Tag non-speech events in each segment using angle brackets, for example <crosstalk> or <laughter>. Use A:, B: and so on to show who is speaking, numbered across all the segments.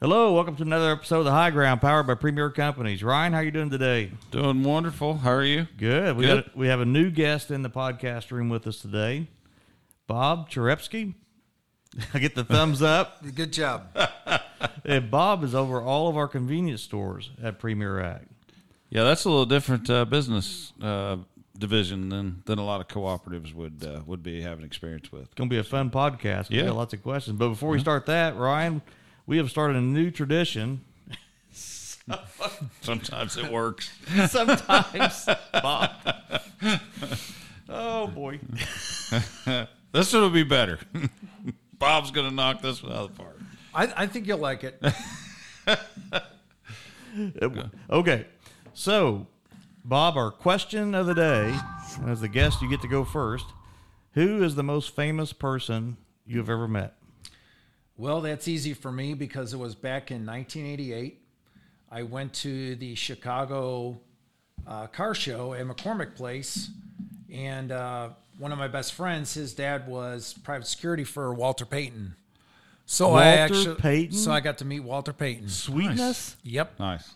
A: Hello, welcome to another episode of the High Ground, powered by Premier Companies. Ryan, how you doing today?
B: Doing wonderful. How are you?
A: Good. We
B: Good.
A: Got a, we have a new guest in the podcast room with us today, Bob Cherepsky. <laughs> I get the thumbs up.
C: Good job.
A: and Bob is over all of our convenience stores at Premier Act.
B: Yeah, that's a little different uh, business uh, division than than a lot of cooperatives would uh, would be having experience with. <laughs>
A: It's going to be a fun podcast. We
B: Yeah.
A: got lots of questions. But before we start that, Ryan, we have started a new tradition.
B: Sometimes it works.
A: <laughs>
C: <laughs>
A: Sometimes, Bob. Oh boy.
B: this one will be better. <laughs> Bob's gonna knock this one out of the park.
C: I, I think you'll like it.
A: Okay. So, Bob, our question of the day, and as the guest, you get to go first. Who is the most famous person you have ever met?
C: Well, that's easy for me because it was back in 1988. I went to the Chicago uh, car show at McCormick Place, and uh, one of my best friends, his dad was private security for Walter Payton. So I
A: Walter
C: actually,
A: Payton?
C: so I got to meet Walter Payton.
A: Sweetness.
C: Yep.
B: Nice,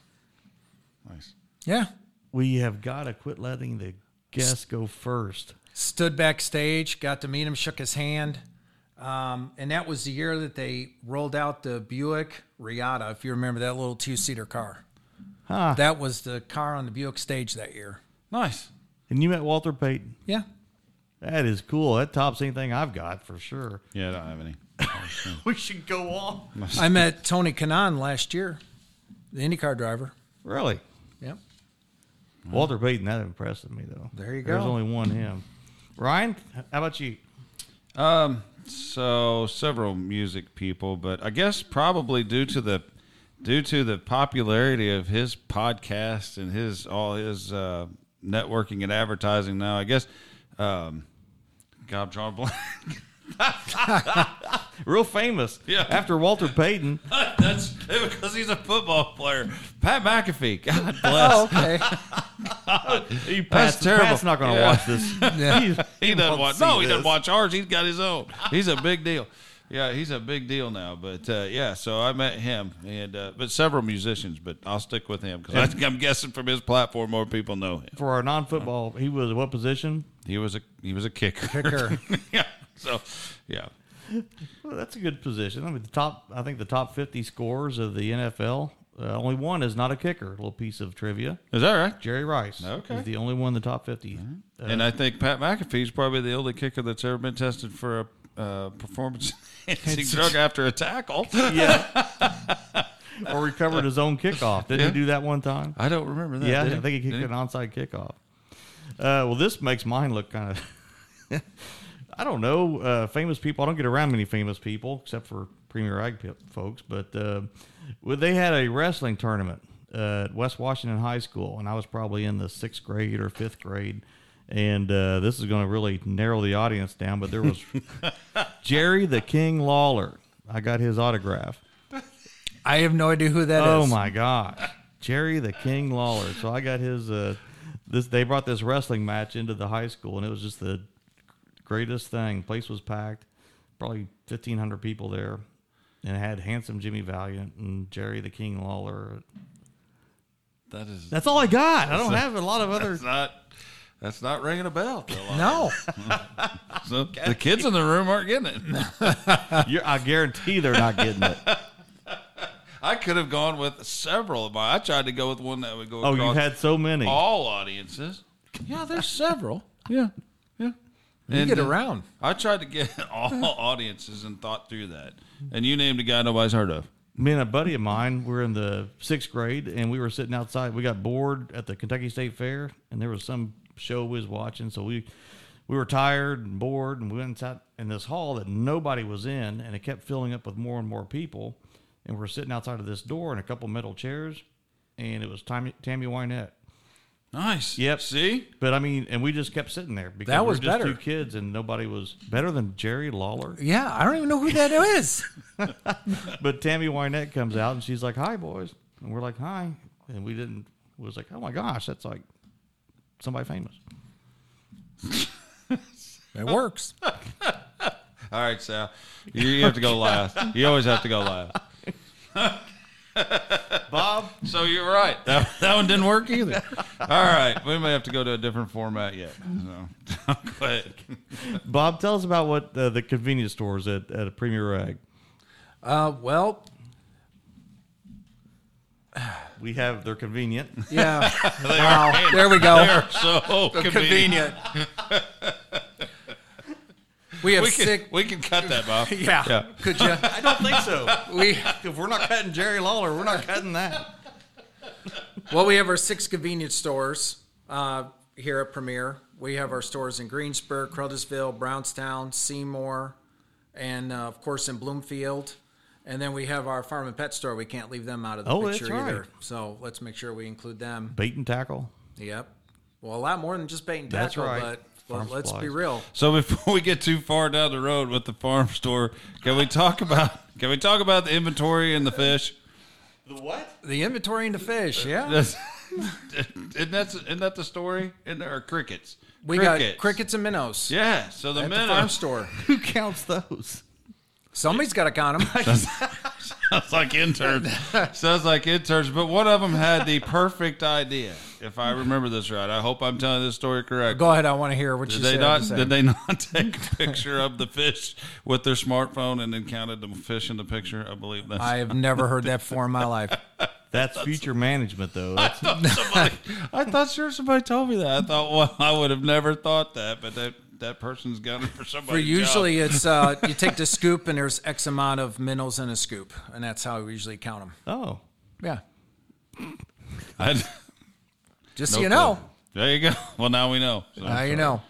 B: nice.
C: Yeah.
A: We have got to quit letting the guests go first.
C: stood backstage, got to meet him, shook his hand. Um, and that was the year that they rolled out the Buick Riata, if you remember that little two seater car.
A: Huh.
C: That was the car on the Buick stage that year.
B: Nice.
A: And you met Walter Payton.
C: Yeah.
A: That is cool. That tops anything I've got for sure.
B: Yeah, I don't have any.
A: We should go on.
C: I met Tony Kanon last year, the IndyCar driver.
A: Really?
C: Yep.
A: Walter Payton, that impressed me, though.
C: There you
A: There's
C: go.
A: only one him. Ryan, how about you?
B: Um, so several music people, but I guess probably due to the due to the popularity of his podcast and his all his uh, networking and advertising now, I guess. Um, God, John Blank.
A: Real famous.
B: Yeah.
A: After Walter Payton,
B: <laughs> That's <laughs> because he's a football player. Pat McAfee. God
A: Oh,
B: bless.
C: okay.
A: He
B: That's
A: passed,
B: terrible.
A: Pat's not going to
B: Yeah.
A: watch <laughs> this. He's-
B: he doesn't
A: won't
B: watch.
A: see
B: No, he
A: this.
B: doesn't watch ours. He's got his own. <laughs> He's a big deal. Yeah, he's a big deal now. But uh, yeah, so I met him and uh, but several musicians. But I'll stick with him because I think I'm guessing from his platform more people know him.
A: For our non-football, he was what position?
B: He was a he was a kicker.
C: Kicker.
B: <laughs> yeah. So yeah.
A: Well, that's a good position. I mean, the top. I think the top fifty scorers of the NFL. Uh, only one is not a kicker. little piece of trivia.
B: Is that right?
A: Jerry Rice.
B: Okay.
A: Is the only one in the top 50
B: and I think Pat McAfee's probably the only kicker that's ever been tested for a uh, performance <laughs> enhancing drug after a
A: <laughs>
B: tackle.
A: yeah. <laughs> or recovered his own kickoff. Didn't
B: Yeah.
A: he do that one time?
B: I don't remember that.
A: Yeah, I
B: did
A: think he kicked
B: Did
A: an onside kickoff. Uh, well, this makes mine look kind of. <laughs> I don't know. Uh, famous people. I don't get around many famous people except for Premier Ag pe- folks. But uh, well, they had a wrestling tournament uh, at West Washington High School, and I was probably in the sixth grade or fifth grade. And uh, this is going to really narrow the audience down. But there was Jerry the King Lawler. I got his autograph.
C: <laughs> I have no idea who that is.
A: Oh my gosh, Jerry the King Lawler. So I got his. Uh, this they brought this wrestling match into the high school, and it was just the greatest thing. Place was packed, probably fifteen hundred people there, and it had handsome Jimmy Valiant and Jerry the King Lawler.
B: That is
A: That's all I got. I don't have a lot of other.
B: That's not. That's not ringing a bell. Dylan.
C: <laughs> No.
B: So The kids in the room aren't getting it. <laughs>
A: You're, I guarantee they're not getting it.
B: I could have gone with several of mine. I tried to go with one that would go.
A: Oh,
B: across
A: you've had so many.
B: all audiences.
C: yeah, there's several.
B: Yeah, yeah.
C: You
A: uh,
C: get around.
B: I tried to get <laughs> all audiences and thought through that. And you named a guy nobody's heard of.
A: me and a buddy of mine were in the sixth grade and we were sitting outside we got bored at the kentucky state fair and there was some show we was watching so we we were tired and bored and we went inside in this hall that nobody was in and it kept filling up with more and more people and we were sitting outside of this door in a couple metal chairs and it was Tammy, Tammy Wynette.
B: Nice.
A: Yep.
B: See,
A: But I mean, and we just kept sitting there because
C: That
A: we were
C: was
A: just
C: better.
A: two kids and nobody was better than Jerry Lawler.
C: Yeah, I don't even know who
A: <laughs>
C: that is.
A: But Tammy Wynette comes out and she's like, "Hi, boys," and we're like, "Hi," and we didn't. We was like, "Oh my gosh, that's like somebody famous."
C: It works.
B: all right, Sal. You, you have to go last. You always have to go last.
A: Bob,
B: So you're right. That, that one didn't work either. All right. We may have to go to a different format yet. So, <laughs> go ahead.
A: Bob, tell us about what uh, the convenience stores at, at Premier Ag.
C: Uh, well,
A: We have they're convenient. <laughs>
C: yeah. wow. there we go.
B: They are so convenient.
C: convenient. <laughs> we have
B: We can,
C: six.
B: we can cut
A: <laughs>
B: that, Bob.
C: yeah.
B: Yeah.
C: Could you?
A: I don't think so.
C: We
A: If we're not cutting Jerry Lawler, we're not cutting that.
C: well, we have our six convenience stores uh, here at Premier. We have our stores in Greensburg, Cruddersville, Brownstown, Seymour, and uh, of course in Bloomfield. And then we have our farm and pet store. We can't leave them out of the
A: Oh, that's
C: picture either.
A: right.
C: So let's make sure we include them.
A: Bait and tackle.
C: Yep. Well, a lot more than just bait and
A: That's
C: tackle,
A: right.
C: but,
A: Farm
C: but let's be
A: supplies.
C: real.
B: So before <laughs> we get too far down the road with the farm store, can we talk about can we talk about the inventory and the fish?
A: The what?
C: The inventory and the
B: Uh,
C: fish, yeah.
B: That's, isn't that isn't that the story? In there are crickets.
C: We got crickets and minnows.
B: Yeah. So the
C: At the
B: minnow.
C: farm store,
A: Who counts those?
C: somebody's got to count
B: <laughs>
C: them.
B: Sounds like interns.
C: <laughs>
B: Sounds like interns. But one of them had the perfect idea, if I remember this right. I hope I'm telling this story correct.
C: Go ahead, I want to hear what
B: Did
C: you
B: they
C: said.
B: not?
C: to say.
B: Did they not <laughs> take a picture of the fish with their smartphone and then counted the fish in the picture? I believe that's.
C: I have never heard that before in my
B: <laughs>
C: life.
A: That's future management, though. That's,
B: somebody, I thought sure somebody told me that. I thought, well, I would have never thought that, but that that person's got it for somebody.
C: For usually, it's uh, you take the scoop and there's X amount of minnows in a scoop, and that's how we usually count them.
A: oh,
C: Yeah,
B: <laughs> I,
C: just so you know,
B: There you go. Well, now we know. So,
C: now you know.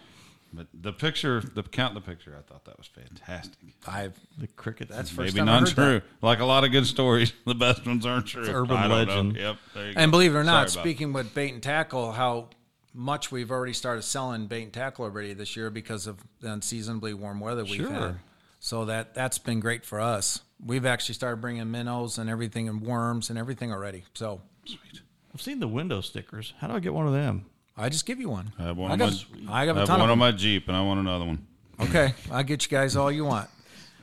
B: But the picture, the count the picture, I thought that was fantastic.
C: I've
A: the crickets.
C: that's first
B: Maybe
C: time I
B: not
C: heard
B: true. Like a lot of good stories, <laughs> the best ones aren't true.
A: urban
B: I don't know.
A: legend.
B: Yep. There you
C: That. And believe it or not,
B: Sorry about
C: speaking with bait and tackle, how much we've already started selling bait and tackle already this year because of the unseasonably warm weather we've had.
A: Sure.
C: So that that's been great for us. We've actually started bringing minnows and everything and worms and everything already. So
B: Sweet.
A: I've seen the window stickers. How do I get one of them?
C: I just give you one.
B: I have one.
C: I
B: on
C: got,
B: my,
C: I got
B: I
C: a
B: have
C: ton
B: one
C: of
B: on
C: them.
B: my Jeep, and I want another one.
C: okay, I get you guys all you want.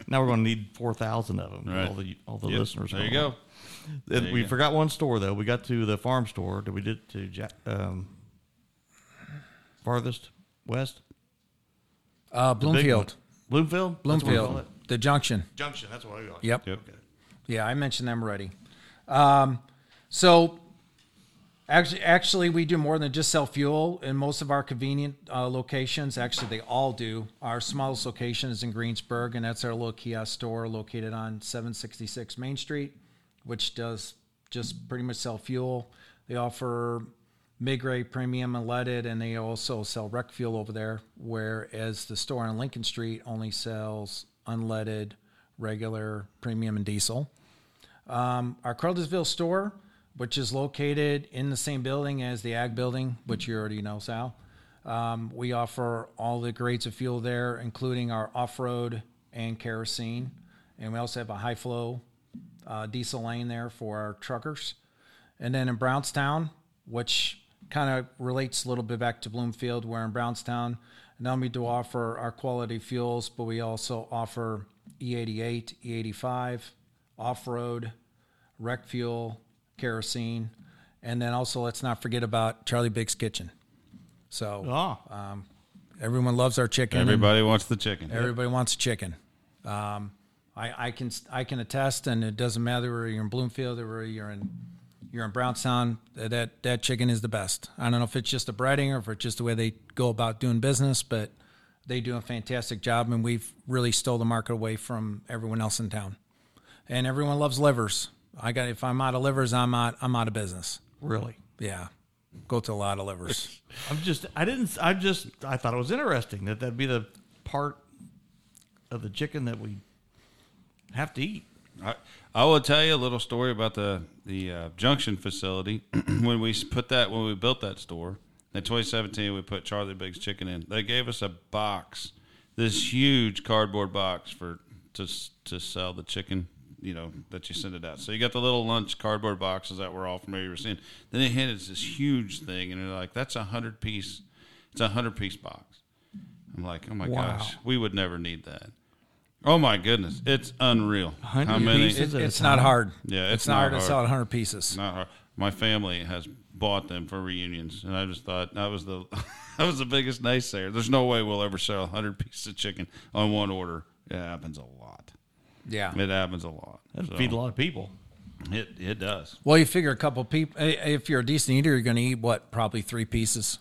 A: Now we're going to need four thousand of them.
B: Right.
A: All the all the
B: Yep.
A: listeners.
B: There you
A: know.
B: go.
A: And
B: you
A: we
B: go.
A: forgot one store though. We got to the farm store. Did we did to Jack, um, farthest west?
C: Uh,
A: Big one.
C: Bloomfield,
A: Bloomfield. That's what we call
C: Bloomfield,
A: it.
C: the junction.
A: Junction. That's what I call it.
C: Yep.
B: Yep.
C: Yeah, I mentioned them already. Um, so actually, actually, we do more than just sell fuel in most of our convenient uh, locations. Actually, they all do. Our smallest location is in Greensburg, and that's our little kiosk store located on 766 Main Street, which does just pretty much sell fuel. They offer mid-grade premium and leaded, and they also sell rec fuel over there. Whereas the store on Lincoln Street only sells unleaded, regular, premium, and diesel Um, our Carlsville store, which is located in the same building as the ag building, which you already know, Sal. Um, we offer all the grades of fuel there, including our off road and kerosene. And we also have a high flow uh, diesel lane there for our truckers. And then in Brownstown, which kind of relates a little bit back to Bloomfield, where in Brownstown, not only do offer our quality fuels, but we also offer E E88, E85, off road, rec fuel, kerosene, and then also let's not forget about Charlie Big's Kitchen. So
A: Ah,
C: Uh, everyone loves our chicken. and
B: Everybody wants the chicken.
C: Everybody wants a chicken. Um, I, I can I can attest, and it doesn't matter whether you're in Bloomfield or whether you're in you're in Brownstown. That that chicken is the best. I don't know if it's just the breading or if it's just the way they go about doing business, but they do a fantastic job, and we've really stole the market away from everyone else in town. And everyone loves livers. I got if I'm out of livers, I'm out I'm out of business.
A: really?
C: Yeah, go to a lot of livers.
A: I'm just. I didn't. I just. I thought it was interesting that that'd be the part of the chicken that we have to eat.
B: I, I will tell you a little story about the the uh, junction facility <clears throat> when we s- put that when we built that store in 2017 we put Charlie Big's chicken in they gave us a box this huge cardboard box for to s- to sell the chicken you know that you send it out so you got the little lunch cardboard boxes that we're all familiar with seeing then they handed us this huge thing and they're like that's a hundred piece it's a hundred piece box I'm like oh my
C: Wow.
B: gosh we would never need that Oh my goodness, it's unreal.
A: 100
B: How many?
A: pieces.
B: It's
A: Is it a
C: it's not hard.
B: Yeah, it's
C: it's, not hard
B: not
C: to
B: hard.
C: sell 100 pieces.
B: not hard. My family has bought them for reunions, and I just thought that was the <laughs> that was the biggest naysayer. There's no way we'll ever sell 100 pieces of chicken on one order. It happens a lot.
C: Yeah.
B: It happens a lot.
A: That'd
B: So,
A: feed a lot of people.
B: it it does.
C: Well, you figure a couple people. If you're a decent eater, you're going to eat what? Probably three pieces,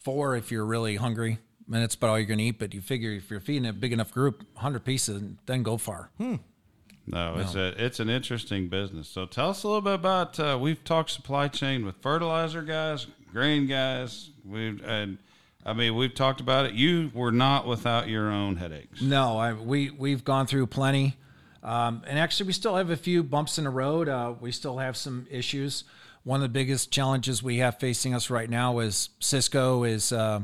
C: four if you're really hungry. And that's about all you're going to eat. But you figure if you're feeding a big enough group, 100 pieces, then go far.
B: No, it's a it's an interesting business. So tell us a little bit about. Uh, we've talked supply chain with fertilizer guys, grain guys. We've and I mean we've talked about it. You were not without your own headaches.
C: No, I, we we've gone through plenty, um, and actually we still have a few bumps in the road. Uh, we still have some issues. One of the biggest challenges we have facing us right now is Cisco is uh,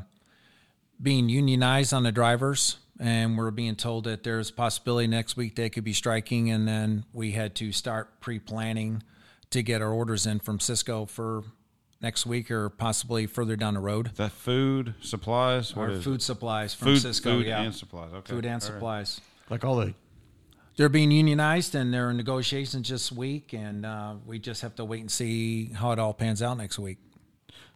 C: being unionized on the drivers, and we're being told that there's a possibility next week they could be striking, and then we had to start pre-planning to get our orders in from Cisco for next week or possibly further down the road.
B: The food supplies. What
C: Our
B: is
C: food supplies
B: it?
C: from
B: food,
C: Cisco,
B: food
C: yeah,
B: and supplies. Okay,
C: food and
B: All right.
C: supplies
A: Like all the
C: they're being unionized and they're in negotiations this week, and uh, we just have to wait and see how it all pans out next week.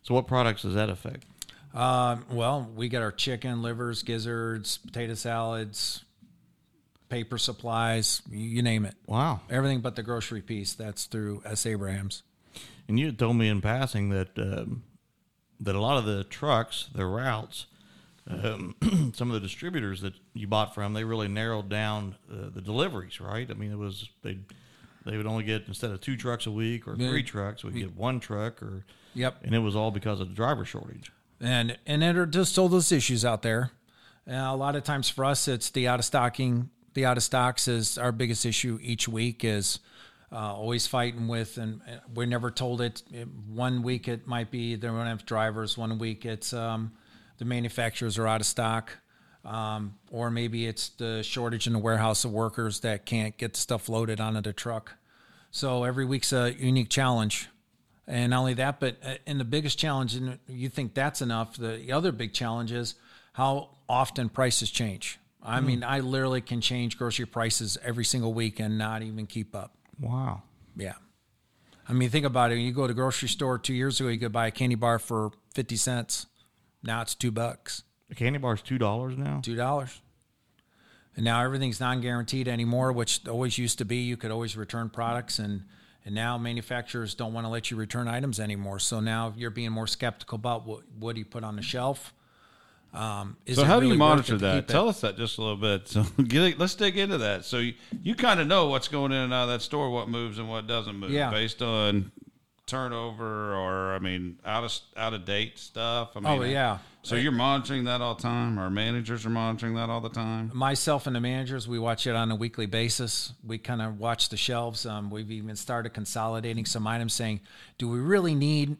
A: so what products does that affect?
C: Um, well, we got our chicken, livers, gizzards, potato salads, paper supplies, you, you name it.
A: Wow.
C: Everything but the grocery piece. That's through S. Abrams.
A: And you had told me in passing that um, that a lot of the trucks, the routes, um, <clears throat> some of the distributors that you bought from, they really narrowed down uh, the deliveries, right? I mean, it was they they would only get instead of two trucks a week or three trucks, we'd get one truck, or
C: Yep.
A: and it was all because of the driver shortage.
C: and and there are just all those issues out there. And a lot of times for us, it's the out of stocking. The out of stocks is our biggest issue each week. Is uh, always fighting with, and and we're never told it. It- One week it might be they don't have drivers. One week it's um, the manufacturers are out of stock, um, or maybe it's the shortage in the warehouse of workers that can't get the stuff loaded onto the truck. So every week's a unique challenge. And not only that, but uh, and the biggest challenge, and you think that's enough. The other big challenge is how often prices change. I mean, I literally can change grocery prices every single week and not even keep up.
A: Wow.
C: Yeah. I mean, think about it. You go to grocery store two years ago, you could buy a candy bar for 50 cents. Now it's two bucks,
A: The candy bar's two dollars now.
C: two dollars. And now everything's non guaranteed anymore, which always used to be. You could always return products and and now manufacturers don't want to let you return items anymore. So now you're being more skeptical about what, what do you put on the shelf. Um, is
B: So
C: it
B: how do
C: really
B: you
C: worth
B: monitor
C: it to
B: that?
C: keep it?
B: Tell us that just a little bit. So <laughs> get, let's dig into that. So you, you kind of know what's going in and out of that store, what moves and what doesn't move,
C: Yeah.
B: based on turnover or I mean out of out of date stuff. I mean,
C: Oh, yeah.
B: So you're monitoring that all the time. Our managers are monitoring that all the time.
C: myself and the managers, we watch it on a weekly basis. We kind of watch the shelves. Um, we've even started consolidating some items, saying, "Do we really need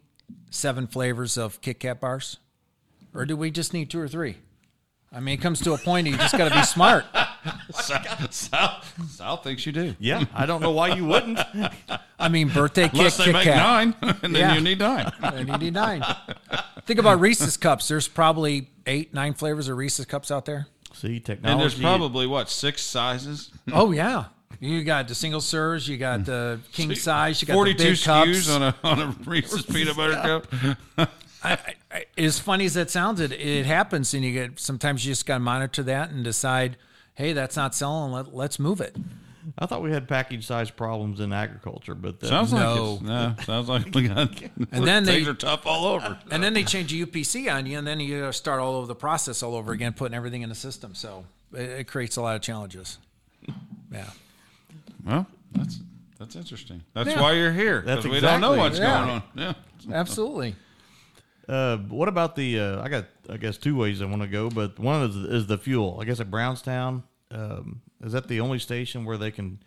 C: seven flavors of Kit Kat bars, or do we just need two or three? I mean, it comes to a point you just got to be smart.
B: Sal, Sal, Sal thinks you do.
A: Yeah, I don't know why you wouldn't.
B: <laughs>
C: I mean, birthday cake,
B: Unless they
C: Kit
B: make
C: Kat.
B: nine, <laughs> and then
C: Yeah.
B: you need
C: <laughs>
B: nine.
C: I need nine. Think about Reese's cups. There's probably eight, nine flavors of Reese's cups out there.
A: See, technology.
B: And there's probably what six sizes.
C: Oh yeah, you got the single serves, you got the king size, you got
B: Hmm.
C: the
B: Forty-two
C: big cups.
B: SKUs on a on a
C: <laughs>
B: Reese's peanut butter cup.
C: I, I- I, <laughs> as funny as that sounds, it, it happens, and you get sometimes you just got to monitor that and decide, hey, that's not selling. Let, let's move it.
A: I thought we had package size problems in agriculture, but that,
B: Sounds
C: No.
B: like it's, no. Sounds like we got. <laughs>
C: And then
B: things
C: they-
B: are tough all over.
C: And then they change the UPC on you, and then you gotta start all over the process all over again, putting everything in the system. So it, it creates a lot of challenges. Yeah,
B: Well, that's that's interesting. That's
C: Yeah.
B: why you're here.
A: That's
B: That's we don't know
A: exactly-
B: what's
C: yeah.
B: going on. Yeah.
C: absolutely.
A: Uh, what about the? Uh, I got, I guess, two ways I want to go, but one is, is the fuel. I guess at Brownstown, um, is that the only station where they can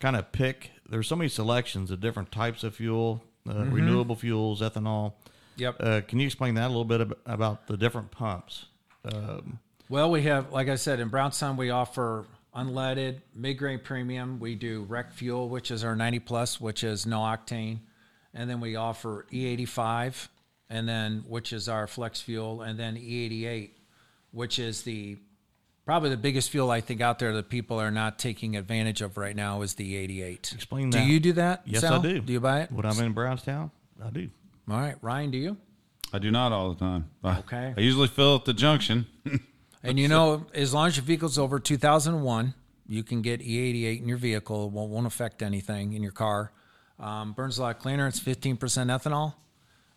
A: kind of pick? There's so many selections of different types of fuel, uh, renewable fuels, ethanol.
C: Mm-hmm. Yep.
A: Uh, can you explain that a little bit ab- about the different pumps? Um,
C: Well, we have, like I said, in Brownstown, we offer unleaded, mid grade premium. We do rec fuel, which is our 90 plus, which is no octane. And then we offer E E85, E and then which is our flex fuel, and then E88, which is the probably the biggest fuel I think out there that people are not taking advantage of right now is the 88.
A: Explain
C: Do
A: that.
C: you do that?
A: Yes,
C: Sal?
A: I do.
C: Do you buy it?
A: When I'm in Brownstown, I do.
C: All right, Ryan, do you?
B: I do not all the time. I-
C: Okay.
B: I usually fill at the junction. <laughs>
C: And you know, as long as your vehicle's over 2001, you can get E88 in your vehicle. It won't, won't affect anything in your car. Um, burns a lot cleaner. It's 15% ethanol.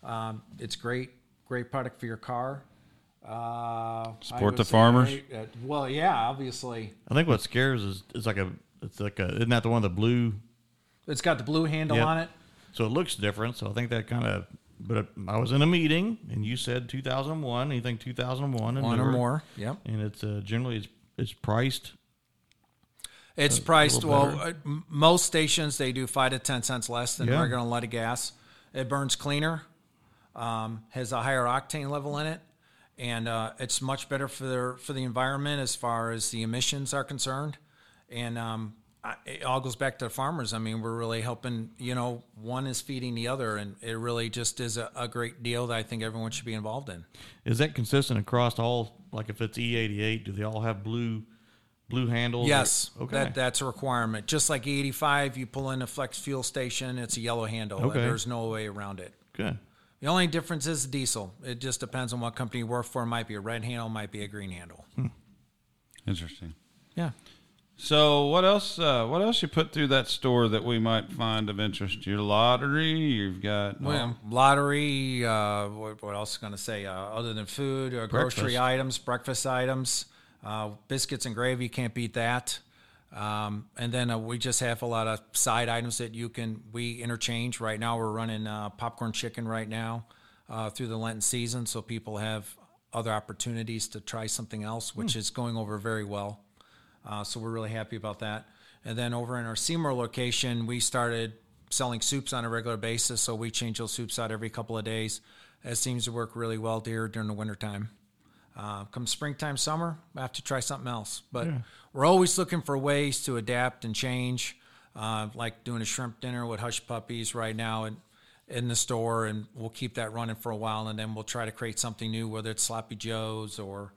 C: Um, it's great, great product for your car. Uh, I
B: Support
C: would
B: the
C: say
B: farmers.
C: great at- well, yeah, obviously.
A: I think what scares is it's like a it's like a isn't that the one with the blue?
C: It's got the blue handle
A: Yep.
C: on it.
A: So it looks different. So I think that kind of. But it, I was in a meeting and you said 2001. You think 2001 and
C: One or
A: newer.
C: more. Yep.
A: And it's uh, generally it's it's priced.
C: It's priced
A: little
C: well. uh, m- Most stations they do five to ten cents less than
A: Yeah.
C: regular leaded gas. It burns cleaner, um, has a higher octane level in it, and uh, it's much better for the for the environment as far as the emissions are concerned. And um, I, it all goes back to the farmers. I mean, we're really helping. You know, one is feeding the other, and it really just is a, a great deal that I think everyone should be involved in.
A: Is that consistent across all? Like if it's E88, do they all have blue blue handles? or-
C: Yes,
A: okay.
C: that that's a requirement. Just like E85, you pull in a flex fuel station, it's a yellow handle.
A: Okay.
C: There's no way around it.
A: Good.
C: The only difference is diesel. It just depends on what company you work for. It might be a red handle, might be a green handle.
A: Hmm.
B: Interesting.
C: Yeah.
B: So what else? Uh, what else you put through that store that we might find of interest? Your lottery. You've got
C: Well, lottery. Uh, what, what else going to say? Uh, other than food, uh, grocery
A: Breakfast.
C: items, breakfast items, uh, biscuits and gravy. Can't beat that. Um, and then uh, we just have a lot of side items that you can we interchange. Right now, we're running uh, popcorn chicken right now uh, through the Lenten season, so people have other opportunities to try something else, which is going over very well. Uh, so we're really happy about that. And then over in our Seymour location, we started selling soups on a regular basis. So we change those soups out every couple of days. That seems to work really well here during the wintertime. Uh, come springtime, summer, I have to try something else. But we're always looking for ways to adapt and change, uh, like doing a shrimp dinner with hush puppies right now and in the store, and we'll keep that running for a while, and then we'll try to create something new, whether it's sloppy joes or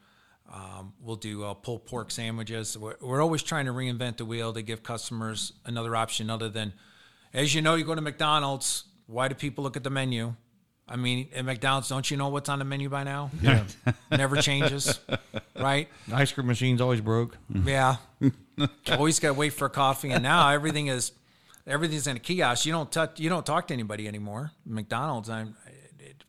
C: um, we'll do uh, pulled pork sandwiches. We're, we're always trying to reinvent the wheel to give customers another option other than, as you know, you go to McDonald's. Why do people look at the menu? I mean, at McDonald's, don't you know what's on the menu by now? <laughs>
A: Yeah.
C: Never changes, right?
A: Ice cream machine's always broke.
C: Yeah. Always got to wait for coffee, and now everything is everything's in a kiosk. You don't touch, you don't talk to anybody anymore. McDonald's, I'm, it, it,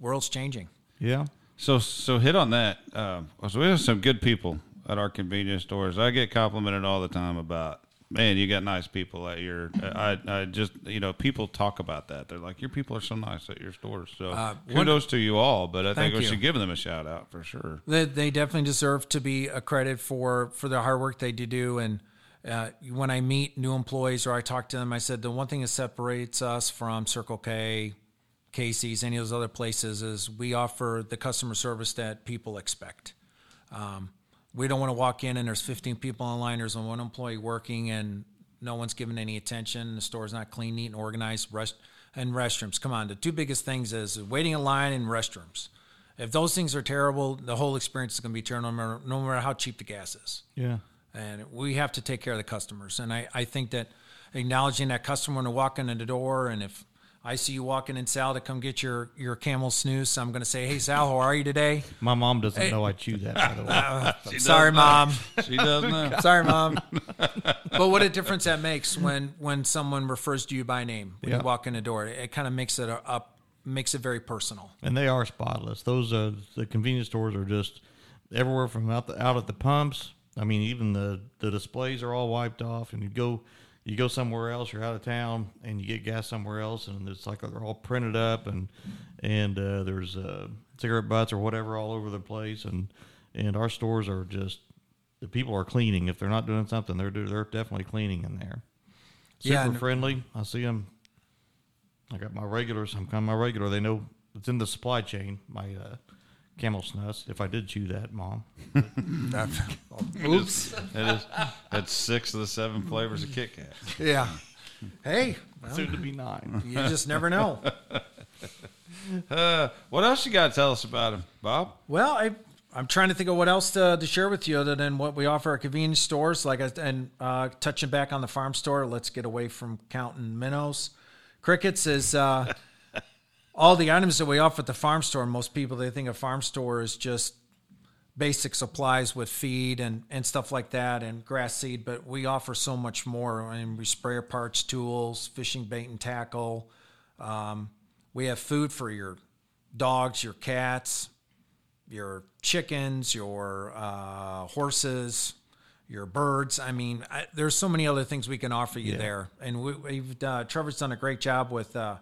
C: world's changing.
A: Yeah.
B: So so hit on that. Um, so we have some good people at our convenience stores. I get complimented all the time about. Man, you got nice people at your. I, I just you know people talk about that. They're like your people are so nice at your stores. So
C: Uh, one-
B: kudos to you all. But I think
C: Thank
B: we
C: you.
B: should give them a shout out for sure.
C: They, they definitely deserve to be accredited for for the hard work they do do. And uh, when I meet new employees or I talk to them, I said the one thing that separates us from Circle K, Casey's, any of those other places is we offer the customer service that people expect. Um, we don't want to walk in and there's 15 people in line, there's one employee working, and no one's giving any attention. The store's not clean, neat, and organized. Rest and restrooms. Come on, the two biggest things is waiting in line and restrooms. If those things are terrible, the whole experience is going to be terrible, no matter, no matter how cheap the gas is
A: Yeah.
C: and we have to take care of the customers. And I, I think that acknowledging that customer when they're walking in the door, and if I see you walking in, Sal, to come get your your camel snooze, I'm going to say, "Hey, Sal, how are you today?"
A: My mom doesn't know I chew that. By the way.
C: Sorry, mom.
B: She does
C: <laughs>
B: now.
C: Sorry, mom. but what a difference that makes when when someone refers to you by name when
A: Yeah.
C: you walk in the door. It, kind of makes it a, up, makes it very personal.
A: and they are spotless. Those uh, the convenience stores are just everywhere from out the out at the pumps. I mean, even the the displays are all wiped off, and you go you go somewhere else, you're out of town, and you get gas somewhere else, and it's like they're all printed up, and and uh, there's uh, cigarette butts or whatever all over the place, and and our stores are just the people are cleaning. If they're not doing something, they're do- they're definitely cleaning in there. Super
C: Yeah, and-
A: friendly. I see them I got my regulars. I'm kind of my regular. They know it's in the supply chain. My uh, camel snus. If I did chew that, mom.
C: Oops.
B: It is. That's six of the seven flavors of Kit Kat. <laughs>
C: yeah. Hey, well,
A: Soon to be
C: Ah. <laughs>
A: nine.
C: you just never know.
B: Uh, what else you got to tell us about him, Bob?
C: Well, I I'm trying to think of what else to, to share with you other than what we offer at convenience stores. Like I, and uh, touching back on the farm store, let's get away from counting minnows. Crickets is uh, all the items that we offer at the farm store. Most people they think of farm store is just basic supplies with feed and, and stuff like that and grass seed, but we offer so much more. I mean, we sprayer parts, tools, fishing bait and tackle. Um, we have food for your dogs, your cats, your chickens, your uh, horses, your birds. I mean, I, there's so many other things we can offer you there. And we, we've uh, Trevor's done a great job with uh,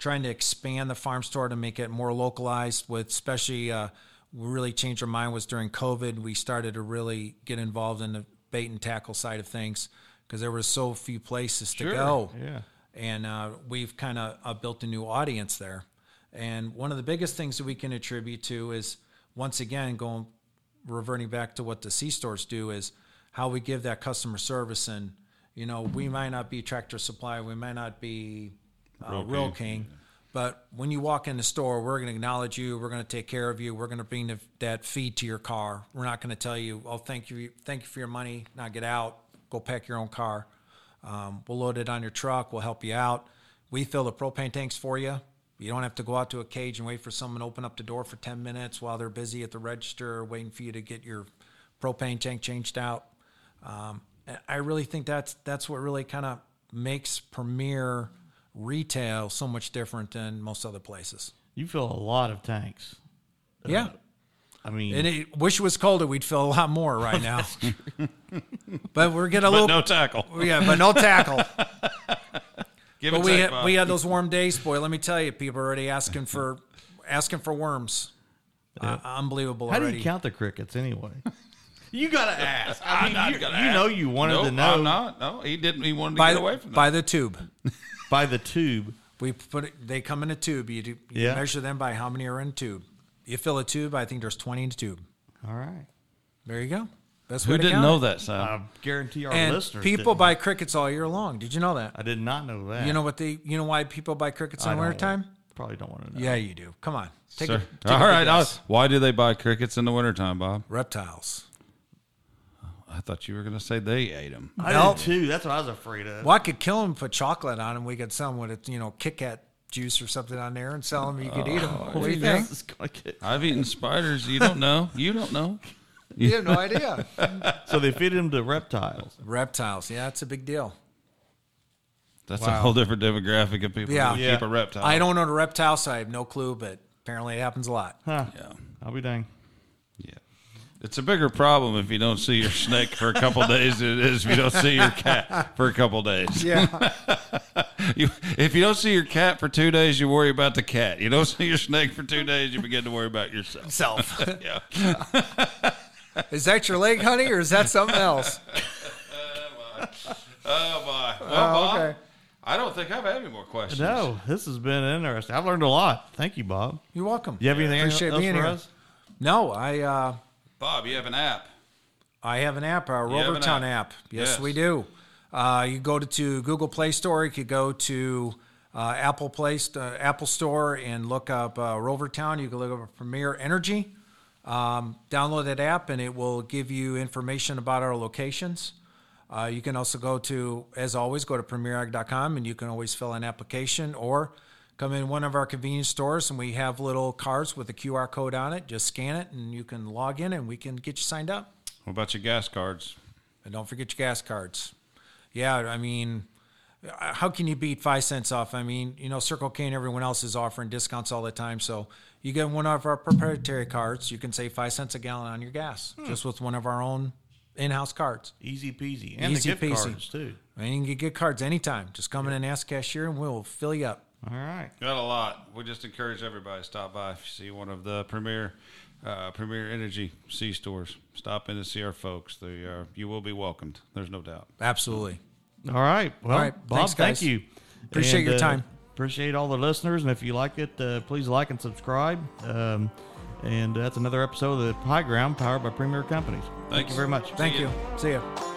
C: trying to expand the farm store to make it more localized. With especially, uh, we really changed our mind was during COVID. We started to really get involved in the bait and tackle side of things because there were so few places to go
A: Yeah.
C: and uh, we've kind of uh, built a new audience there. And one of the biggest things that we can attribute to is once again going reverting back to what the C stores do is how we give that customer service. And you know, we might not be Tractor Supply, we might not be uh, Real King, but when you walk in the store, we're going to acknowledge you. We're going to take care of you. We're going to bring the, that feed to your car. We're not going to tell you, "Oh, thank you, thank you for your money. Now get out, go pack your own car." Um, we'll load it on your truck. We'll help you out. We fill the propane tanks for you. You don't have to go out to a cage and wait for someone to open up the door for 10 minutes while they're busy at the register waiting for you to get your propane tank changed out. Um, and I really think that's that's what really kind of makes Premier retail so much different than most other places.
A: You fill a lot of tanks.
C: Yeah.
A: I mean,
C: And it, wish it was colder, we'd fill a lot more right
B: <laughs>
C: now. but we're getting a
B: But
C: little
B: no tackle.
C: yeah, but no tackle.
B: Give
C: But
B: it
C: we
B: take,
C: had,
B: Bob.
C: we had those warm days, boy. Let me tell you, people are already asking for asking for worms. Uh, unbelievable
A: how do
C: already.
A: you count the crickets anyway?
C: <laughs>
A: you gotta ask.
B: I'm
A: I mean,
B: not
A: you,
B: gonna
A: you
B: ask.
A: know you wanted
B: no,
A: to know
B: I'm not. No, he didn't. He wanted to
C: by
B: get
C: the,
B: away from that.
C: by the tube,
A: by the tube.
C: we put it, they come in a tube. You, do, you
A: Yeah.
C: measure them by how many are in a tube. You fill a tube. I think there's 20 in a tube.
A: All right.
C: There you go. That's
B: Who didn't know that, Sal?
C: Uh,
A: I guarantee our
C: And
A: listeners
C: people
A: didn't.
C: buy crickets all year long. Did you know that?
A: I did not know that.
C: You know what they? You know why people buy crickets
A: I
C: in
A: don't-
C: wintertime?
A: Probably don't want to know.
C: Yeah, you do. Come on, take a,
B: Sir.
C: take a
B: All
C: big
B: right. I-
C: guess.
B: why do they buy crickets in the wintertime, Bob?
C: reptiles.
B: I thought you were going to say they ate them.
A: I
C: No.
A: did too. That's what I was afraid of.
C: Well, I could kill them, put chocolate on them. We could sell them with it, you know, Kit Kat juice or something on there and sell them. You could eat them. What do you think?
A: <laughs> This is gonna get-
B: I've eaten spiders. You don't know. You don't know.
C: You have no idea. <laughs>
A: So they feed them to reptiles.
C: Reptiles. Yeah, it's a big deal.
B: That's a whole different demographic of people.
C: Yeah.
B: who
A: Yeah.
B: Keep a reptile.
C: I don't own a reptile, so I have no clue, but apparently it happens a lot.
A: Huh.
B: Yeah.
A: I'll be dang.
B: Yeah. It's a bigger problem if you don't see your snake for a couple days than it is if you don't see your cat for a couple days.
C: <laughs> Yeah.
B: You, if you don't see your cat for two days, you worry about the cat. You don't see your snake for two days, you begin to worry about yourself.
C: Self.
B: Yeah.
C: <laughs> Is that your leg, honey, or is that something else?
B: Oh, my. Well, Bob,
C: okay.
B: I don't think I have any more questions.
A: No, this has been interesting. I've learned a lot. Thank you, Bob.
C: You're welcome.
A: You have anything
C: Appreciate
A: else
C: being
A: for
C: here.
A: us?
C: No, I uh,
B: Bob, you have an app.
C: I have an app, our
B: have an
C: Rovertown
B: app.
C: app. Yes,
B: Yes.
C: we do. Uh, you go to, to Google Play Store. You could go to uh, Apple Play St- uh, Apple Store and look up uh, Rovertown. You can look up Premier Energy. Um, download that app, and it will give you information about our locations. Uh, you can also go to, as always, go to premierag.com, and you can always fill an application or come in one of our convenience stores, and we have little cards with a QR code on it. Just scan it, and you can log in, and we can get you signed up.
B: What about your gas cards?
C: And don't forget your gas cards. Yeah, I mean, uh, how can you beat five cents off? I mean, you know, Circle K and everyone else is offering discounts all the time. So you get one of our proprietary cards, you can save five cents a gallon on your gas just with one of our own in-house cards.
A: Easy peasy. And
C: Easy
A: the gift
C: peasy.
A: cards too.
C: And you can get good cards anytime. Just come in and ask cashier, and we'll fill you up.
A: All right.
B: Got a lot. We just encourage everybody to stop by if you see one of the premier, uh, premier energy C stores. Stop in and see our folks. They are, you will be welcomed. There's no doubt.
C: Absolutely.
A: All right. Well,
C: All right.
A: Bob,
C: Thanks,
A: thank
C: guys.
A: you. uh,
C: Appreciate your time.
A: Appreciate all the listeners. And if you like it, uh, please like and subscribe. Um, and that's another episode of the High Ground powered by Premier Companies. Thank
B: Thanks.
A: you very much.
C: Thank
B: ya.
C: you. See ya.